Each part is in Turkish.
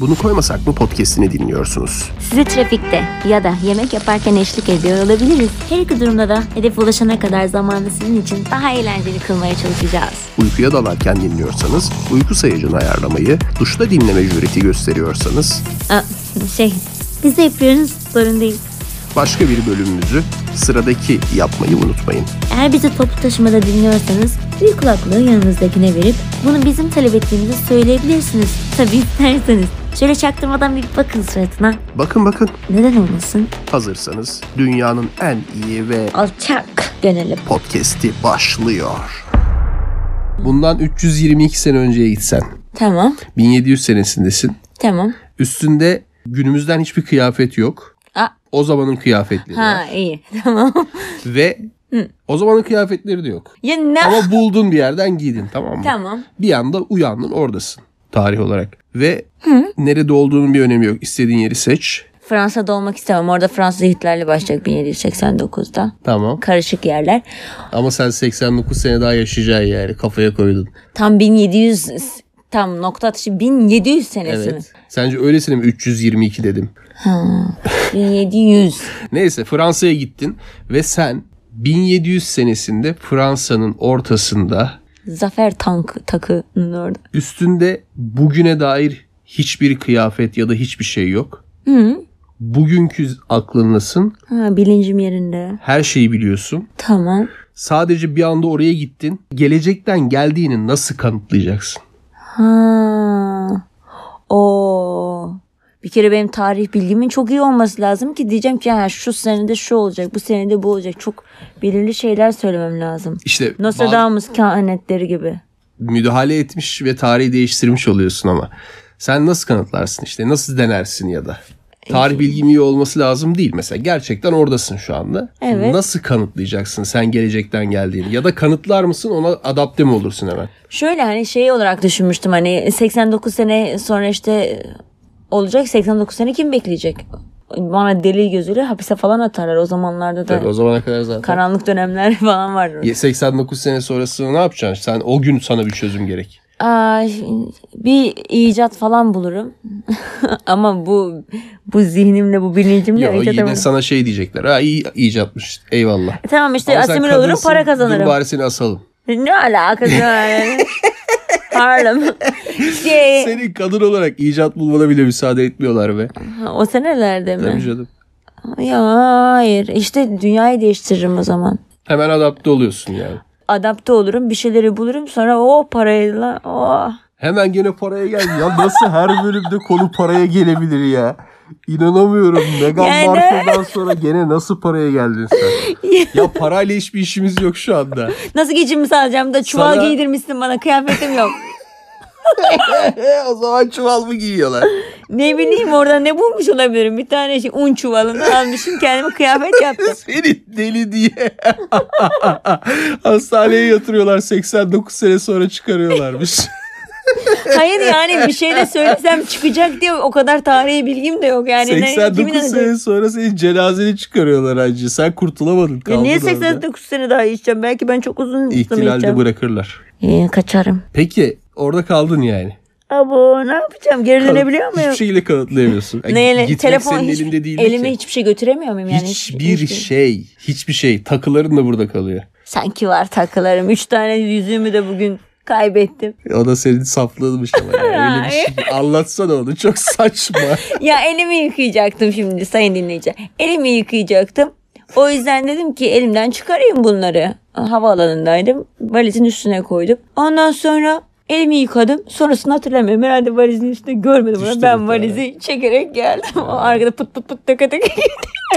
Bunu koymasak mı podcastini dinliyorsunuz? Sizi trafikte ya da yemek yaparken eşlik ediyor olabiliriz. Her iki durumda da hedefe ulaşana kadar zamanı sizin için daha eğlenceli kılmaya çalışacağız. Uykuya dalarken dinliyorsanız uyku sayacını ayarlamayı, duşta dinleme jüreti gösteriyorsanız Aa, şey, biz de yapıyoruz, sorun değil. başka bir bölümümüzü sıradaki yapmayı unutmayın. Eğer bizi toplu taşımada dinliyorsanız bir kulaklığı yanınızdakine verip bunu bizim talep ettiğimizi söyleyebilirsiniz. Tabii isterseniz. Şöyle çaktırmadan bir bakın suratına. Bakın bakın Neden olmasın? hazırsanız dünyanın en iyi ve Alçak gönüllü. podcast'i başlıyor. Bundan 322 sene önceye gitsen, Tamam, 1700 senesindesin. tamam. Üstünde günümüzden hiçbir kıyafet yok. Aa. O zamanın kıyafetleri var. Ha iyi, tamam. ve o zamanın kıyafetleri de yok. ya ne? Ama buldun bir yerden giydin tamam mı? Tamam. Bir anda uyandın oradasın tarih olarak. Ve nerede olduğunun bir önemi yok. İstediğin yeri seç. Fransa'da olmak istemem. Orada Fransız Hitler'le başlayacak 1789'da. Tamam. Karışık yerler. Ama sen 89 sene daha yaşayacaksın yani kafaya koydun. Tam 1700 tam nokta atışı 1700 senesi mi? Evet. Sence öylesine mi 322 dedim. 1700. Neyse Fransa'ya gittin ve sen 1700 senesinde Fransa'nın ortasında Zafer tank takının orada. üstünde bugüne dair hiçbir kıyafet ya da hiçbir şey yok. Bugünkü aklınlasın. Ha, bilincim yerinde. Her şeyi biliyorsun. Tamam. Sadece bir anda oraya gittin. Gelecekten geldiğini nasıl kanıtlayacaksın? Ha. O. Bir kere benim tarih bilgimin çok iyi olması lazım ki diyeceğim ki ha, şu senede şu olacak, bu senede bu olacak. Çok belirli şeyler söylemem lazım. İşte bazı- Nostradamus kehanetleri gibi. müdahale etmiş ve tarihi değiştirmiş oluyorsun ama. Sen nasıl kanıtlarsın işte? Nasıl denersin ya da? Tarih bilgim iyi olması lazım değil mesela. Gerçekten oradasın şu anda. Evet. Nasıl kanıtlayacaksın sen gelecekten geldiğini? Ya da kanıtlar mısın ona adapte mi olursun hemen? Şöyle hani şey olarak düşünmüştüm hani 89 sene sonra işte olacak 89 sene kim bekleyecek? Bana deli gözüyle hapise falan atarlar o zamanlarda da Tabii o zamana kadar zaten. karanlık dönemler falan vardı. Ya 89 sene sonrasını ne yapacaksın? Sen o gün sana bir çözüm gerek. Ay, bir icat falan bulurum ama bu bu zihnimle bu bilincimle Ya icat yine yapamam. sana şey diyecekler. Ha iyi icatmış. Eyvallah. E tamam işte Ama sen asimile olurum kadınsın, para Dur kazanırım. bari seni asalım. Ne alakası var yani? Harlem. Şey, Senin kadın olarak icat bulmana bile müsaade etmiyorlar be. ha, o senelerde mi? Tabii canım. Ya hayır. İşte dünyayı değiştiririm o zaman. Hemen adapte oluyorsun yani. Adapte olurum, bir şeyleri bulurum. Sonra o parayla oh. o. Hemen gene paraya geldi. Ya nasıl her bölümde konu paraya gelebilir ya? İnanamıyorum. Meghan Yani- Markle'dan sonra gene nasıl paraya geldin sen? ya parayla hiçbir işimiz yok şu anda. Nasıl geçimimi sağlayacağım da çuval Sana- giydirmişsin bana kıyafetim yok. E, o zaman çuval mı giyiyorlar? ne bileyim orada ne bulmuş olabilirim. Bir tane şey un çuvalını almışım kendime kıyafet yaptım. Seni deli diye. Hastaneye yatırıyorlar 89 sene sonra çıkarıyorlarmış. Hayır yani bir şey de söylesem çıkacak diye o kadar tarihi bilgim de yok. Yani Hani Ne- kimin 89 anladığı- sene sonra senin cenazeni çıkarıyorlar acı. Sen kurtulamadın Ya kaldın E, niye orada. 89 sene daha içeceğim? Belki ben çok uzun İhtilalde içeceğim. bırakırlar. Ee, kaçarım. Peki orada kaldın yani. Abo ne yapacağım? Geri dönebiliyor muyum? Hiçbir şeyle kanıtlayamıyorsun. Neyle? Gitmek Telefon senin hiç- elinde değil Elime ki. hiçbir şey götüremiyor muyum yani? Hiç- Hiçbir hiçbir- şey, hiçbir şey. Takıların da burada kalıyor. Sanki var takılarım. Üç tane yüzüğümü de bugün kaybettim. E, O da senin saflığınmış ama yani. öyle bir şey. Anlatsana onu çok saçma. E, ya elimi yıkayacaktım şimdi sayın dinleyici. Elimi yıkayacaktım. O yüzden dedim ki elimden çıkarayım bunları. Havaalanındaydım. Valizin üstüne koydum. Ondan sonra elimi yıkadım. Sonrasını hatırlamıyorum. Herhalde valizin üstüne görmedim. onu. Düştü Ben bir valizi çekerek geldim. O arkada pıt pıt pıt tıka tıka gitti.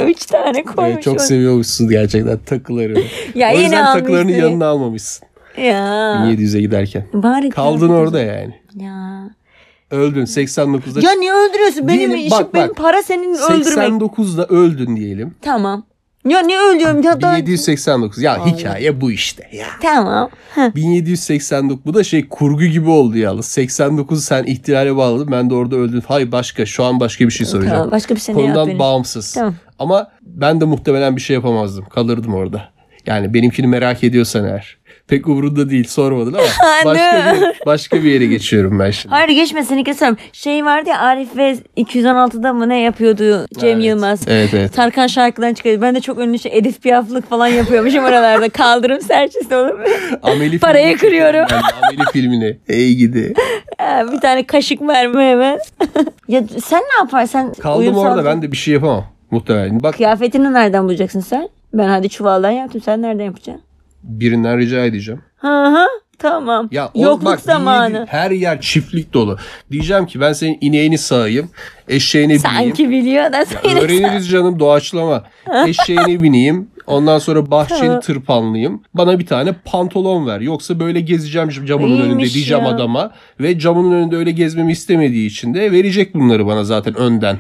Üç tane Ee, koymuş. çok onu. seviyormuşsun gerçekten takılarını. Ya o yine yüzden almış takılarını direkt. yanına almamışsın. ya. 1700'e giderken. Bari Kaldın kıyafet- orada yani. Ya. Öldün 89'da. Ya niye öldürüyorsun? Benim Diyelim, işim, bak, benim bak. para senin öldürmek. 89'da öldün diyelim. Tamam. Ya niye öldürüyorum? Ya da... 1789. Ya hikaye bu işte ya. Tamam. Heh. 1789 bu da şey kurgu gibi oldu yalnız. 89 sen ihtilale bağladın ben de orada öldüm. Hayır başka şu an başka bir şey soracağım. Tamam, başka bir şey ne yap Konudan benim? bağımsız. Tamam. Ama ben de muhtemelen bir şey yapamazdım. Kalırdım orada. Yani benimkini merak ediyorsan eğer. Pek umurunda değil sormadın ama Anne. başka bir, başka bir yere geçiyorum ben şimdi. Hayır geçme seni keserim. Şey vardı ya Arif ve 216'da mı ne yapıyordu Cem Evet. Yılmaz. Evet evet. Tarkan şarkıdan çıkıyordu. Ben de çok ünlü şey Edith Piaf'lık falan yapıyormuşum oralarda. Kaldırım serçesi olur mu? Ameli Parayı filmini kırıyorum. çekiyorum ben de, Ameli filmini. Ey gidi. Ha, bir tane kaşık verme hemen. ya sen ne yaparsan Kaldım orada ben de bir şey yapamam muhtemelen. Bak Kıyafetini nereden bulacaksın sen? Ben hadi çuvaldan yaptım. Sen nereden yapacaksın? birinden rica edeceğim. Hı hı. Tamam. Ya o- Yokluk bak, zamanı. dinledi- her yer çiftlik dolu. Diyeceğim ki ben senin ineğini sağayım. Eşeğini bineyim. Sanki biliyor da sen Öğreniriz canım doğaçlama. Eşeğini bineyim. Ondan sonra bahçeni tırpanlayayım. Bana bir tane pantolon ver. Yoksa böyle gezeceğim camının İyiymiş önünde diyeceğim ya. adama. Ve camının önünde öyle gezmemi istemediği için de verecek bunları bana zaten önden.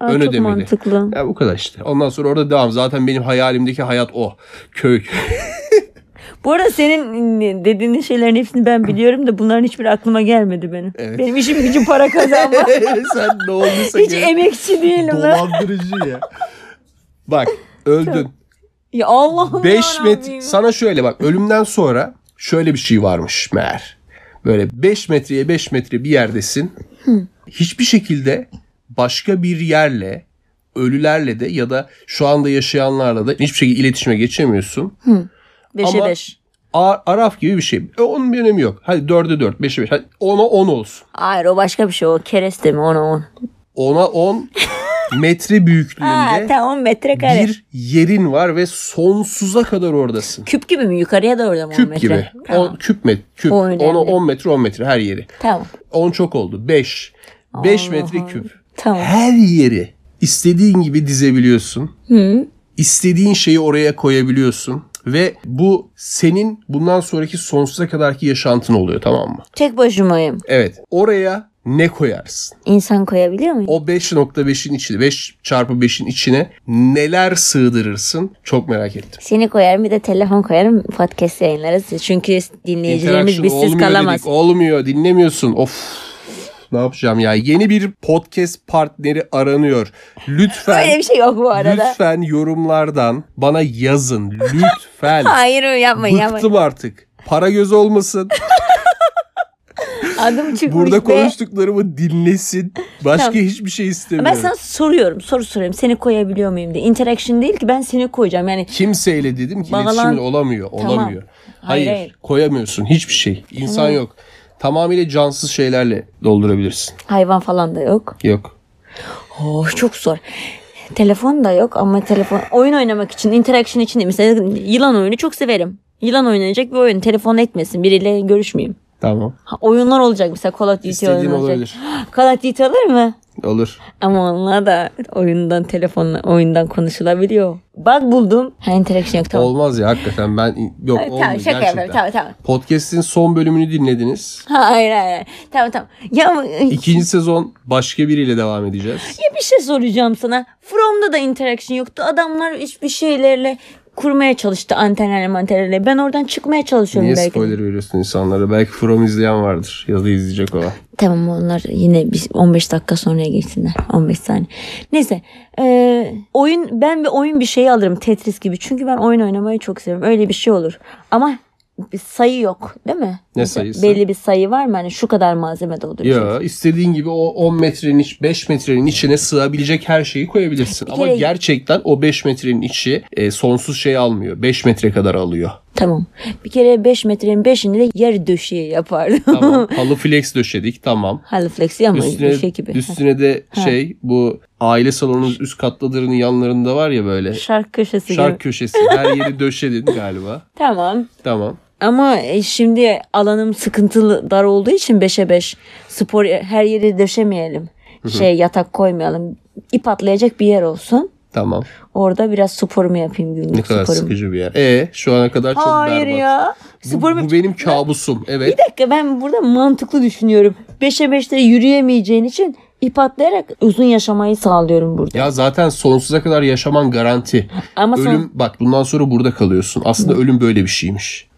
Aa, Ön çok ödemeli. mantıklı. Ya bu kadar işte. Ondan sonra orada devam. Zaten benim hayalimdeki hayat o. Köy. Bu arada senin dediğin şeylerin hepsini ben biliyorum da bunların hiçbir aklıma gelmedi benim. Evet. Benim işim gücüm para kazanma. Sen ne olduysa Hiç gene- emekçi değilim lan. Dolandırıcı ya. Bak öldün. Ya Allah'ım 5 metre yarabbim. sana şöyle bak ölümden sonra şöyle bir şey varmış meğer. Böyle 5 metreye 5 metre bir yerdesin. Hiçbir şekilde başka bir yerle ölülerle de ya da şu anda yaşayanlarla da hiçbir şekilde iletişime geçemiyorsun. Beşe Ama- beş. A- Araf gibi bir şey. E, onun bir önemi yok. Hadi 4'e 4, 5'e 5. Hadi 10'a 10 olsun. Hayır o başka bir şey o. Kereste mi ona on. 10'a 10 metre Ha büyüklüğünde tamam metrekare. bir yerin var ve sonsuza kadar oradasın. Küp gibi mi? Yukarıya doğru mu? on Küp metre? gibi. Tamam. On, küp met, küp. O önemli. 10'a 10 metre 10 metre her yeri. tamam. 10 çok oldu. 5. 5 metre küp. Tamam. Her yeri istediğin gibi dizebiliyorsun. İstediğin şeyi oraya koyabiliyorsun. Ve bu senin bundan sonraki sonsuza kadarki yaşantın oluyor tamam mı? Tek başımayım. Evet. Oraya ne koyarsın? İnsan koyabiliyor muyum? O 5.5'in içine 5 çarpı 5'in içine neler sığdırırsın? Çok merak ettim. Seni koyarım bir de telefon koyarım podcast yayınlarız. Çünkü dinleyicilerimiz İnteraction bizsiz olmuyor kalamaz. dedik. Olmuyor dinlemiyorsun. Of ne yapacağım ya. Yeni bir podcast partneri aranıyor. Lütfen Öyle bir şey yok bu arada. lütfen yorumlardan bana yazın. Lütfen. Hayır yapmayın yapmayın. Bıktım artık. Para göz olmasın. Adım çıkmış Burada be. konuştuklarımı dinlesin. Başka Tamam. hiçbir şey Ben istemiyorum. sana soruyorum. Soru soruyorum. Seni koyabiliyor muyum diye. Interaction değil ki ben seni koyacağım. Yani Kimseyle dedim ki Bağlan- iletişimin olamıyor. Tamam. Olamıyor. Hayır, Hayır, hayır. koyamıyorsun hiçbir şey. İnsan yok. Tamamıyla cansız şeylerle doldurabilirsin. hayvan falan da yok. Yok. Oh çok zor. Telefon da yok ama telefon oyun oynamak için interaction için değil. Mesela yılan oyunu çok severim. Yılan oynayacak bir oyun. Telefon etmesin. Biriyle görüşmeyeyim. Tamam. Ha, oyunlar olacak mesela Call of Duty İstediğin oyunu olacak. olabilir. Call of Duty olur mu? Olur. Ama onunla da oyundan telefonla oyundan konuşulabiliyor. Bak buldum. Ha interaction yok tamam. Olmaz ya hakikaten ben yok Ay, tamam, olmuyor şaka gerçekten. yapıyorum, tamam, tamam. Podcast'in son bölümünü dinlediniz. Hayır hayır. hayır. Tamam tamam. Ya, ama- İkinci sezon başka biriyle devam edeceğiz. ya bir şey soracağım sana. From'da da interaction yoktu. Adamlar hiçbir şeylerle kurmaya çalıştı antenlerle mantenlerle. Ben oradan çıkmaya çalışıyorum Niye belki. de. spoiler veriyorsun insanlara? Belki From izleyen vardır ya da izleyecek olan. Tamam onlar yine biz 15 dakika sonraya geçsinler. 15 saniye. Neyse. eee, oyun ben bir oyun bir şey alırım Tetris gibi. Çünkü ben oyun oynamayı çok seviyorum. Öyle bir şey olur. Ama bir sayı yok değil mi? Ne Mesela sayısı? Belli bir sayı var mı? Hani şu kadar malzeme dolduracağız. Ya istediğin gibi o 10 metrenin iç, 5 metrenin içine sığabilecek her şeyi koyabilirsin. Ama kere- gerçekten o 5 metrenin içi e, sonsuz şey almıyor. 5 metre kadar alıyor. Tamam. Bir kere 5 metrenin 5'ini de yer döşeği yapardım. Tamam. Halı flex döşedik. Tamam. Halı fleksi ama Üstüne, şey gibi. üstüne de şey bu aile salonunun üst katlılarının yanlarında var ya böyle Şark köşesi Şark gibi. köşesi. Her yeri döşedin galiba. Tamam. Tamam. Ama e, şimdi alanım sıkıntılı dar olduğu için 5'e 5 spor her yeri döşemeyelim. Şey yatak koymayalım. İp atlayacak bir yer olsun. Tamam. Orada biraz sporumu yapayım günlük Ne kadar sporumu. sıkıcı bir yer. E şu ana kadar çok Hayır berbat. ya. Bu- Sporumu Bu, benim kabusum. Evet. bir dakika ben burada mantıklı düşünüyorum. 5'e 5'te yürüyemeyeceğin için ip atlayarak uzun yaşamayı sağlıyorum burada. Ya zaten sonsuza kadar yaşaman garanti. Ama son- ölüm bak bundan sonra burada kalıyorsun. Aslında Hmm. ölüm böyle bir şeymiş.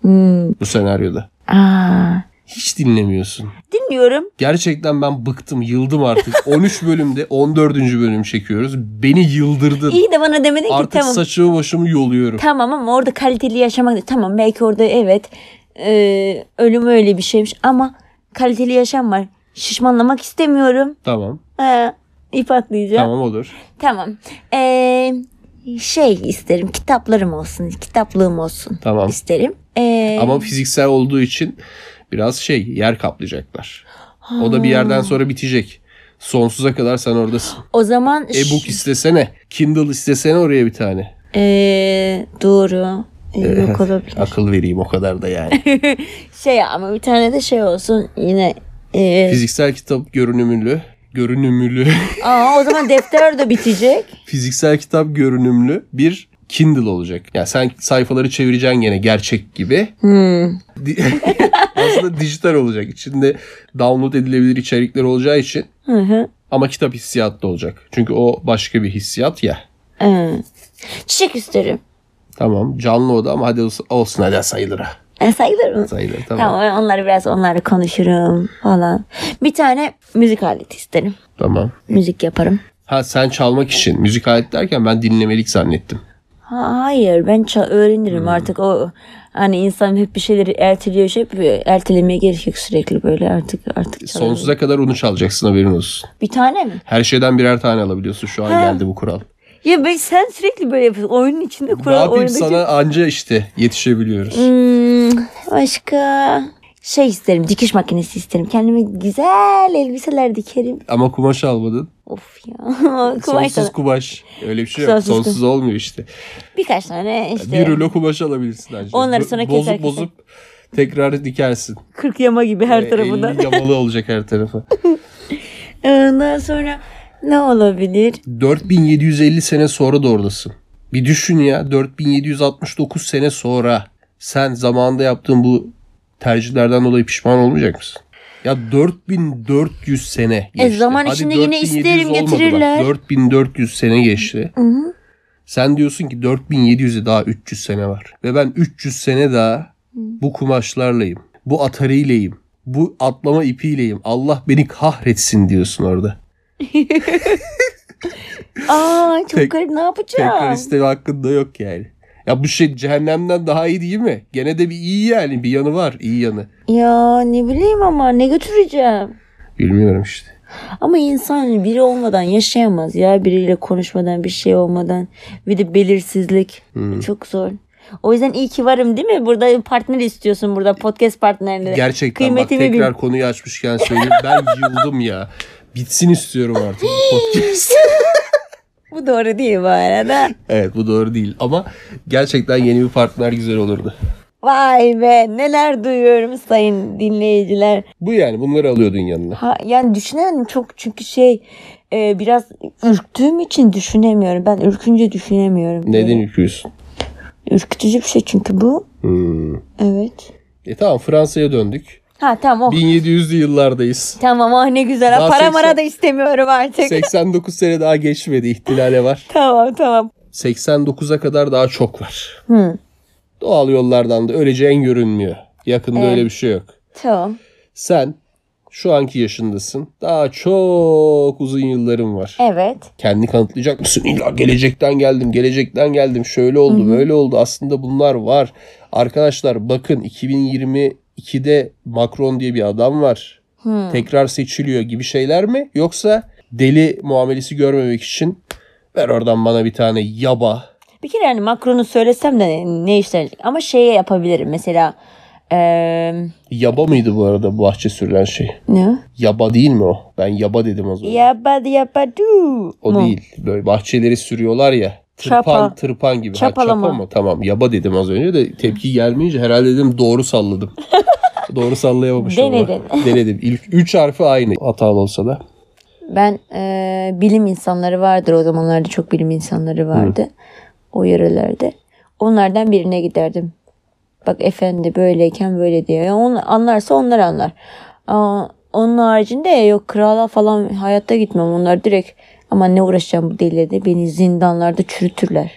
Bu senaryoda. Aa, Hiç dinlemiyorsun. dinliyorum. Gerçekten ben bıktım, yıldım artık. 13 bölümde 14. bölüm çekiyoruz. Beni yıldırdın. İyi de bana demedin ki artık tamam. saçımı başımı yoluyorum. Tamam ama orada kaliteli yaşamak tamam belki orada evet e, Ee, ölüm öyle bir şeymiş ama kaliteli yaşam var. Şişmanlamak istemiyorum. Tamam. Ee, ip atlayacağım. Tamam olur. Tamam. Ee, şey isterim. Kitaplarım olsun. Kitaplığım olsun. Tamam. isterim. Ee, Ama fiziksel olduğu için biraz şey yer kaplayacaklar. O da bir yerden sonra bitecek. Sonsuza kadar sen oradasın. o zaman E-book istesene. Kindle istesene oraya bir tane. Ee, doğru. E, Ee, yok olabilir. Akıl vereyim o kadar da yani. Şey ama bir tane de şey olsun yine. ee, fiziksel kitap görünümlü. Görünümlü. aa, o zaman defter de bitecek. fiziksel kitap görünümlü bir Kindle olacak. Yani sen sayfaları çevireceksin gene gerçek gibi. Di- Aslında dijital olacak. İçinde download edilebilir içerikler olacağı için Hı hı. ama kitap hissiyatlı olacak. Çünkü o başka bir hissiyat ya. Ee, çiçek isterim. Tamam canlı o da ama hadi olsun- olsun hadi sayılır ha. Ee, sayılır mı? Sayılır tamam. Tamam. Tamam. onları biraz onlarla konuşurum falan. Bir tane müzik aleti isterim. Müzik yaparım. Ha sen çalmak için müzik alet derken ben dinlemelik zannettim. Ha, hayır ben ça- Hmm. öğrenirim artık o hani insan hep bir şeyleri erteliyor şey yapıyor. ertelemeye gerek yok sürekli böyle artık artık çalarım. Sonsuza kadar onu çalacaksın haberin olsun. Bir tane mi? Her şeyden birer tane alabiliyorsun şu an geldi bu kural. Ya ben sen sürekli böyle yapıyorsun. Oyunun içinde Ne kural yapayım oyundaki. sana anca işte yetişebiliyoruz. Hmm, başka şey isterim. Dikiş makinesi isterim. Kendime güzel elbiseler dikerim. Ama kumaş almadın. Of ya. Kumaş Sonsuz da- kumaş. Öyle bir şey yok. Sonsuz Sonsuz, olmuyor işte. Birkaç tane işte. Bir rulo kumaş alabilirsin ancak. Onları Bo- sonra keser bozup keser. bozup tekrar dikersin. 40 yama gibi her E, tarafından. Ee, elli yamalı olacak her tarafı. Ondan sonra ne olabilir? 4750 sene sonra da oradasın. Bir düşün ya 4769 sene sonra sen zamanında yaptığın bu tercihlerden dolayı pişman olmayacak mısın? Ya 4400 sene geçti. E, zaman Hadi içinde yine 4700 isterim olmadı bak. getirirler. 4400 sene geçti. Sen diyorsun ki 4700'e daha 300 sene var. Ve ben 300 sene daha bu kumaşlarlayım. Bu atariyleyim. Bu atlama ipiyleyim. Allah beni kahretsin diyorsun orada. Aa çok Tek- garip ne yapacağım? Tekrar isteme hakkında yok yani. Ya bu şey cehennemden daha iyi değil mi? Gene de bir iyi yani bir yanı var iyi yanı. Ya ne bileyim ama ne götüreceğim? Bilmiyorum işte. Ama insan biri olmadan yaşayamaz ya. Biriyle konuşmadan bir şey olmadan. Bir de belirsizlik. Hmm. Çok zor. O yüzden iyi ki varım değil mi? Burada partner istiyorsun burada podcast partnerini. Gerçekten Kıymetimi bak Ee, bil. tekrar konuyu açmışken söyleyeyim ben yıldım ya. Bitsin istiyorum artık bu podcast. Bu doğru değil bu arada. evet bu doğru değil ama gerçekten yeni bir partner güzel olurdu. Vay be neler duyuyorum sayın dinleyiciler. Bu yani bunları alıyordun yanına. Ha, yani düşünemiyorum çok çünkü şey e, biraz ürktüğüm için düşünemiyorum. Ben ürkünce düşünemiyorum. Neden ürküyorsun? Ürkütücü bir şey çünkü bu. Hmm. Evet. E tamam Fransa'ya döndük. Ha tamam o. 1700'lü yıllardayız. Tamam ah ne güzel. Daha Para mara 80 da istemiyorum artık. 89 sene daha geçmedi ihtilale var. Tamam tamam. 89'a kadar daha çok var. Doğal yollardan da öleceğin görünmüyor. Yakında öyle bir şey yok. Tamam. Sen şu anki yaşındasın. Daha çok uzun yılların var. Evet. Kendini kanıtlayacak mısın? İlla gelecekten geldim, gelecekten geldim. Şöyle oldu, böyle oldu. Aslında bunlar var. Arkadaşlar bakın 2022'de Macron diye bir adam var. Tekrar seçiliyor gibi şeyler mi? Yoksa deli muamelesi görmemek için ver oradan bana bir tane yaba. Bir kere hani Macron'u söylesem de ne, ne işler ama şeye yapabilirim mesela e, Yaba mıydı bu arada bahçe sürülen şey? ne? Yaba değil mi o? Ben yaba dedim az önce. Yabba yapadu. o değil. Böyle bahçeleri sürüyorlar ya. Tırpan Çapa. tırpan gibi. Ha, Çapalama. çapa mı? Tamam yaba dedim az önce de tepki gelmeyince herhalde dedim doğru salladım. doğru sallayamamışım. ama. Denedin. Denedim. İlk 3 harfi aynı hatalı olsa da. Ben e, bilim insanları vardır o zamanlarda çok bilim insanları vardı o yörelerde. Onlardan birine giderdim. Bak efendi böyleyken böyle diyor. Yani onu anlarsa onlar anlar. Aa, onun haricinde yok krala falan hayatta gitmem. Onlar direkt ama ne uğraşacağım bu deliyle de beni zindanlarda çürütürler.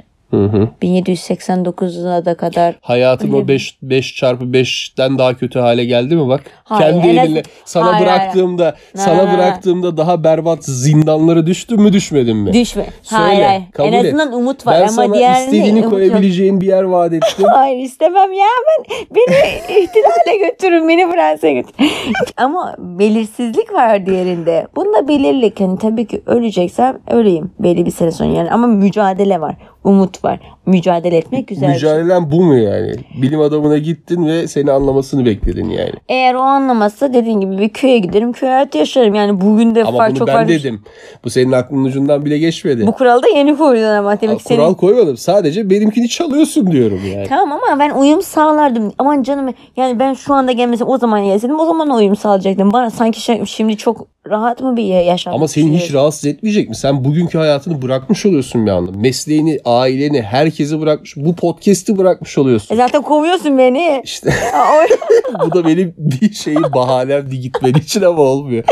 1789'una da kadar Hayatın o 5 5 çarpı 5'ten daha kötü hale geldi mi bak? Hayır, Kendi en az- elinle sana Hayır, hayır. bıraktığımda na, sana na. bıraktığımda daha berbat zindanlara düştün mü düşmedin mi? düşme. Söyle, hayır hayır. kabul en et. azından umut var ben ama sana diğerinde istediğini umut yok. koyabileceğin bir yer vaat ettim. Hayır istemem ya ben beni ihtilale götürün beni Fransa'ya götürün. Ama belirsizlik var diğerinde. Bunda belirlik hani tabii ki öleceksem öleyim belli bir sene sonra yani ama mücadele var. Umut var. Mücadele etmek güzel. bir şey. Mücadelen bu mu yani? Bilim adamına gittin ve seni anlamasını bekledin yani. Eğer o anlamazsa dediğin gibi bir köye giderim köye hayatı yaşarım. Yani bugün de Ama fark bunu çok ben var. dedim. Bu senin aklının ucundan bile geçmedi. Bu kuralda yeni koyulan ama demek ki Kural senin koymadım. Sadece benimkini çalıyorsun diyorum yani. Tamam ama ben uyum sağlardım. Aman canım yani ben şu anda gelmesem o zaman gelseydim o zaman uyum sağlayacaktım. Bana sanki şey- şimdi çok rahat mı bir yaşam? şey? Ama seni hiç sürüyorsun? rahatsız etmeyecek mi? Sen bugünkü hayatını bırakmış oluyorsun bir anda. Mesleğini, aileni, herkesi bırakmış. Bu podcast'i bırakmış E oluyorsun. zaten kovuyorsun beni. İşte Aa, o- bu da benim bir şeyin bahanem diye gitmediği için ama olmuyor.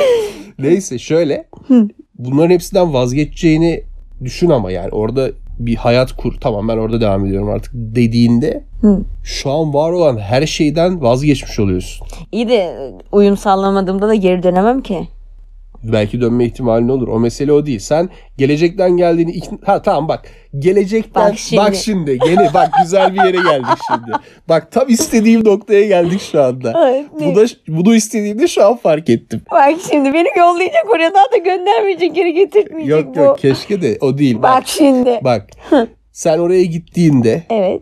Neyse şöyle. Bunların hepsinden vazgeçeceğini düşün ama yani orada bir hayat kur. Tamam ben orada devam ediyorum artık dediğinde Hı. şu an var olan her şeyden vazgeçmiş oluyorsun. İyi de uyum sağlamadığımda da geri dönemem ki. Belki dönme ihtimalin olur. O mesele o değil. Sen gelecekten geldiğini ikna- ha tamam bak. Gelecekten Bak bak şimdi. şimdi. gene bak güzel bir yere geldik şimdi. Bak tam istediğim noktaya geldik şu anda. Ay, ne- Bu da bunu istediğimde şu an fark ettim. Bak şimdi beni yollayacak oraya daha da göndermeyecek geri getirtmeyecek Yok bu. yok keşke de o değil. Bak Bak şimdi. bak. Sen oraya gittiğinde Evet.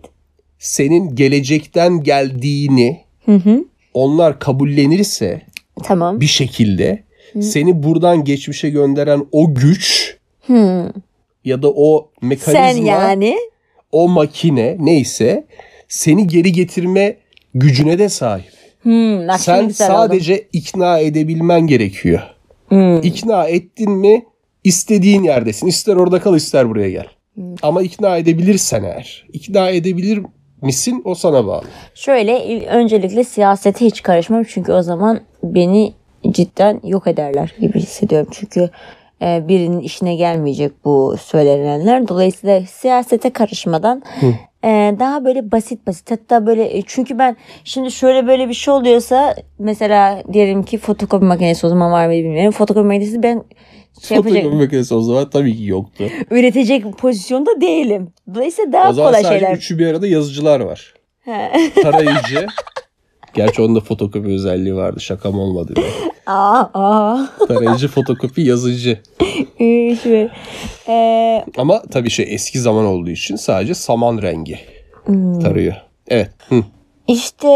senin gelecekten geldiğini Hı hı. onlar kabullenirse Tamam. bir şekilde seni buradan geçmişe gönderen o güç Hı. ya da o mekanizma Sen yani. o makine neyse seni geri getirme gücüne de sahip. Hı, bak şimdi Sen güzel oldu. sadece ikna edebilmen gerekiyor. Hı. İkna ettin mi istediğin yerdesin. İster orada kal ister buraya gel. Ama ikna edebilirsen eğer. İkna edebilir misin o sana bağlı. Şöyle il- öncelikle siyasete hiç karışmam çünkü o zaman beni cidden yok ederler gibi hissediyorum. Çünkü e, birinin işine gelmeyecek bu söylenenler. Dolayısıyla siyasete karışmadan e, daha böyle basit basit hatta böyle e, çünkü ben şimdi şöyle böyle bir şey oluyorsa mesela diyelim ki fotokopi makinesi o zaman var mı bilmiyorum. Fotokopi makinesi ben şey yapacak, Fotoğrafı makinesi o zaman tabii ki yoktu. üretecek pozisyonda değilim. Dolayısıyla o daha zaman kolay sadece şeyler. üçü bir arada yazıcılar var. He. Tarayıcı. Gerçi onun da fotokopi özelliği vardı. Şakam olmadı. be. Aa, aa. Tarayıcı, fotokopi, yazıcı. Ee, şöyle. Ee, Ama tabii şey eski zaman olduğu için sadece saman rengi Hmm. tarıyor. Evet. Hı. İşte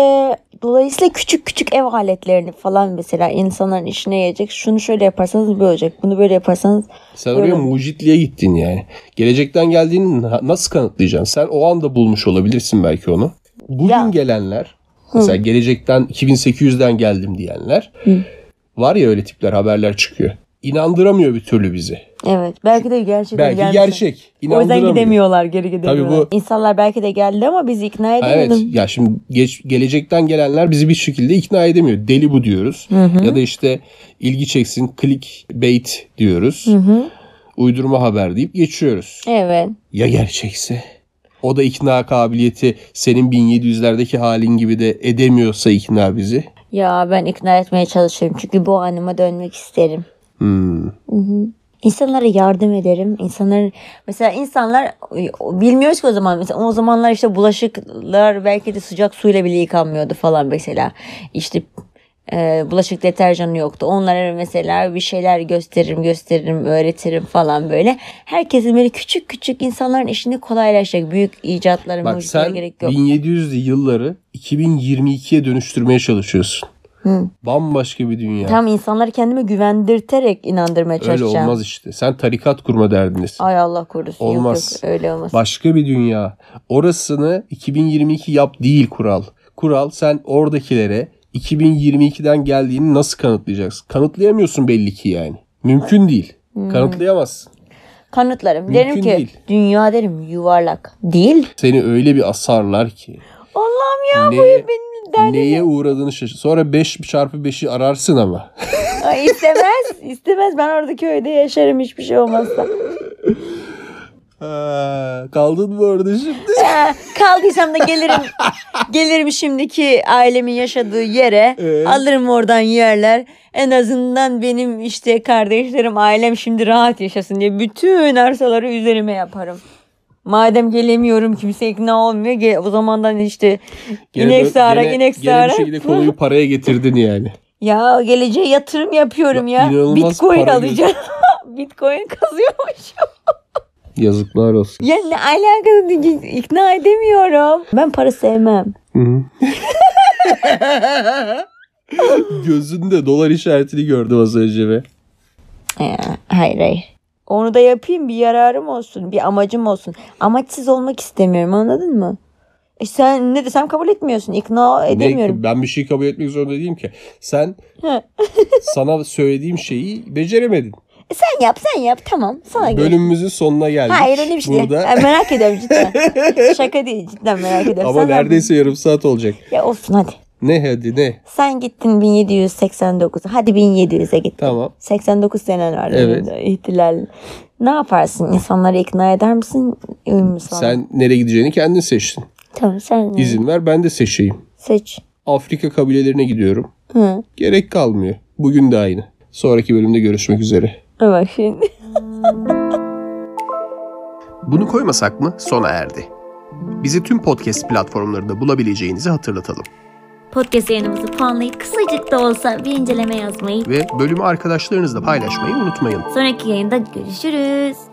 dolayısıyla küçük küçük ev aletlerini falan mesela insanların işine gelecek. Şunu şöyle yaparsanız böyle olacak. Bunu böyle yaparsanız Sen oraya Öyle. mucitliğe gittin yani. Gelecekten geldiğini na- nasıl kanıtlayacaksın? Sen o anda bulmuş olabilirsin belki onu. Bugün Ya. gelenler mesela gelecekten 2800'den geldim diyenler var ya öyle tipler haberler çıkıyor. İnandıramıyor bir türlü bizi. evet belki de gerçek. Belki gerçek. O yüzden inandıramıyor. gidemiyorlar geri gidemiyorlar. Tabii İnsanlar belki de geldi ama bizi ikna Ha, Evet edemedim. ya şimdi geç, gelecekten gelenler bizi bir şekilde ikna edemiyor. Deli bu diyoruz. Ya da işte ilgi çeksin clickbait diyoruz. Uydurma haber deyip geçiyoruz. Evet. Ya gerçekse? O da ikna kabiliyeti senin 1700'lerdeki halin gibi de edemiyorsa ikna bizi. Ya ben ikna etmeye çalışırım çünkü bu anıma dönmek isterim. Hmm. İnsanlara yardım ederim. İnsanların mesela insanlar bilmiyoruz ki o zaman mesela o zamanlar işte bulaşıklar belki de sıcak suyla bile yıkanmıyordu falan mesela. İşte e, bulaşık deterjanı yoktu. Onlara mesela bir şeyler gösteririm, gösteririm, öğretirim falan böyle. Herkesin böyle küçük küçük insanların işini kolaylaşacak. Büyük icatlara, Bak mucizelere sen gerek yok. 1700'lü yılları 2022'ye dönüştürmeye çalışıyorsun. Bambaşka bir dünya. Tam insanları kendime güvendirterek inandırmaya Öyle çalışacağım. olmaz işte. Sen tarikat kurma derdindesin. Ay Allah korusun. Olmaz. Yok yok öyle olmaz. Başka bir dünya. Orasını 2022 yap değil kural. Kural sen oradakilere 2022'den geldiğini nasıl kanıtlayacaksın? Kanıtlayamıyorsun belli ki yani. Mümkün değil. Kanıtlayamazsın. Kanıtlarım. Mümkün derim ki değil. dünya derim yuvarlak. Değil. Seni öyle bir asarlar ki. Allah'ım ya. Neye, benim derdim neye uğradığını şaşır. Sonra 5 çarpı 5'i ararsın ama. Ay, istemez. istemez. Ben oradaki köyde yaşarım hiçbir şey olmazsa. Ha, kaldın mı orada şimdi? Ee, Kaldıysam da gelirim. gelirim şimdiki ailemin yaşadığı yere. Ee? Alırım oradan yerler. En azından benim işte kardeşlerim, ailem şimdi rahat yaşasın diye bütün arsaları üzerime yaparım. Madem gelemiyorum kimse ikna olmuyor. Ge- o zamandan işte Gene inek böyle- sağara, gene- inek gene sağara. bir şekilde konuyu paraya getirdin yani. Ya geleceğe yatırım yapıyorum ya. İnanılmaz Bitcoin para alacağım. Bitcoin kazıyormuş. Yazıklar olsun. ya ne alakalı ikna edemiyorum. Ben para sevmem. Gözünde dolar işaretini gördüm az önce be. Ee, hayır hayır. Onu da yapayım bir yararım olsun. Bir amacım olsun. Amaçsız olmak istemiyorum anladın mı? E sen ne desem kabul etmiyorsun. İkna Ne- edemiyorum. ben bir şey kabul etmek zorunda değilim ki. Sen He. sana söylediğim şeyi beceremedin. E sen yap sen yap tamam. Sana göre. Bölümümüzün sonuna geldik. Hayır öyle bir şey değil. Burada Ben merak ediyorum cidden. Şaka değil cidden merak ediyorum. ama Sen yap. neredeyse yarım saat olacak. Ya olsun hadi. Ne hadi ne? Sen gittin 1789. Hadi 1700'e gittin. Tamam. 89 senen var. Evet. önünde, ihtilal. Ne yaparsın? İnsanları ikna eder misin? Uyum sana. Sen nereye gideceğini kendin seçtin. Tamam sen İzin ver ben de seçeyim. seç. Afrika kabilelerine gidiyorum. Hı. Gerek kalmıyor. Bugün de aynı. Sonraki bölümde görüşmek üzere. Bak şimdi. Bunu koymasak mı sona erdi. Bizi tüm podcast platformlarında bulabileceğinizi hatırlatalım. Podcast yayınımızı puanlayıp kısacık da olsa bir inceleme yazmayı. Ve bölümü arkadaşlarınızla paylaşmayı unutmayın. Sonraki yayında görüşürüz.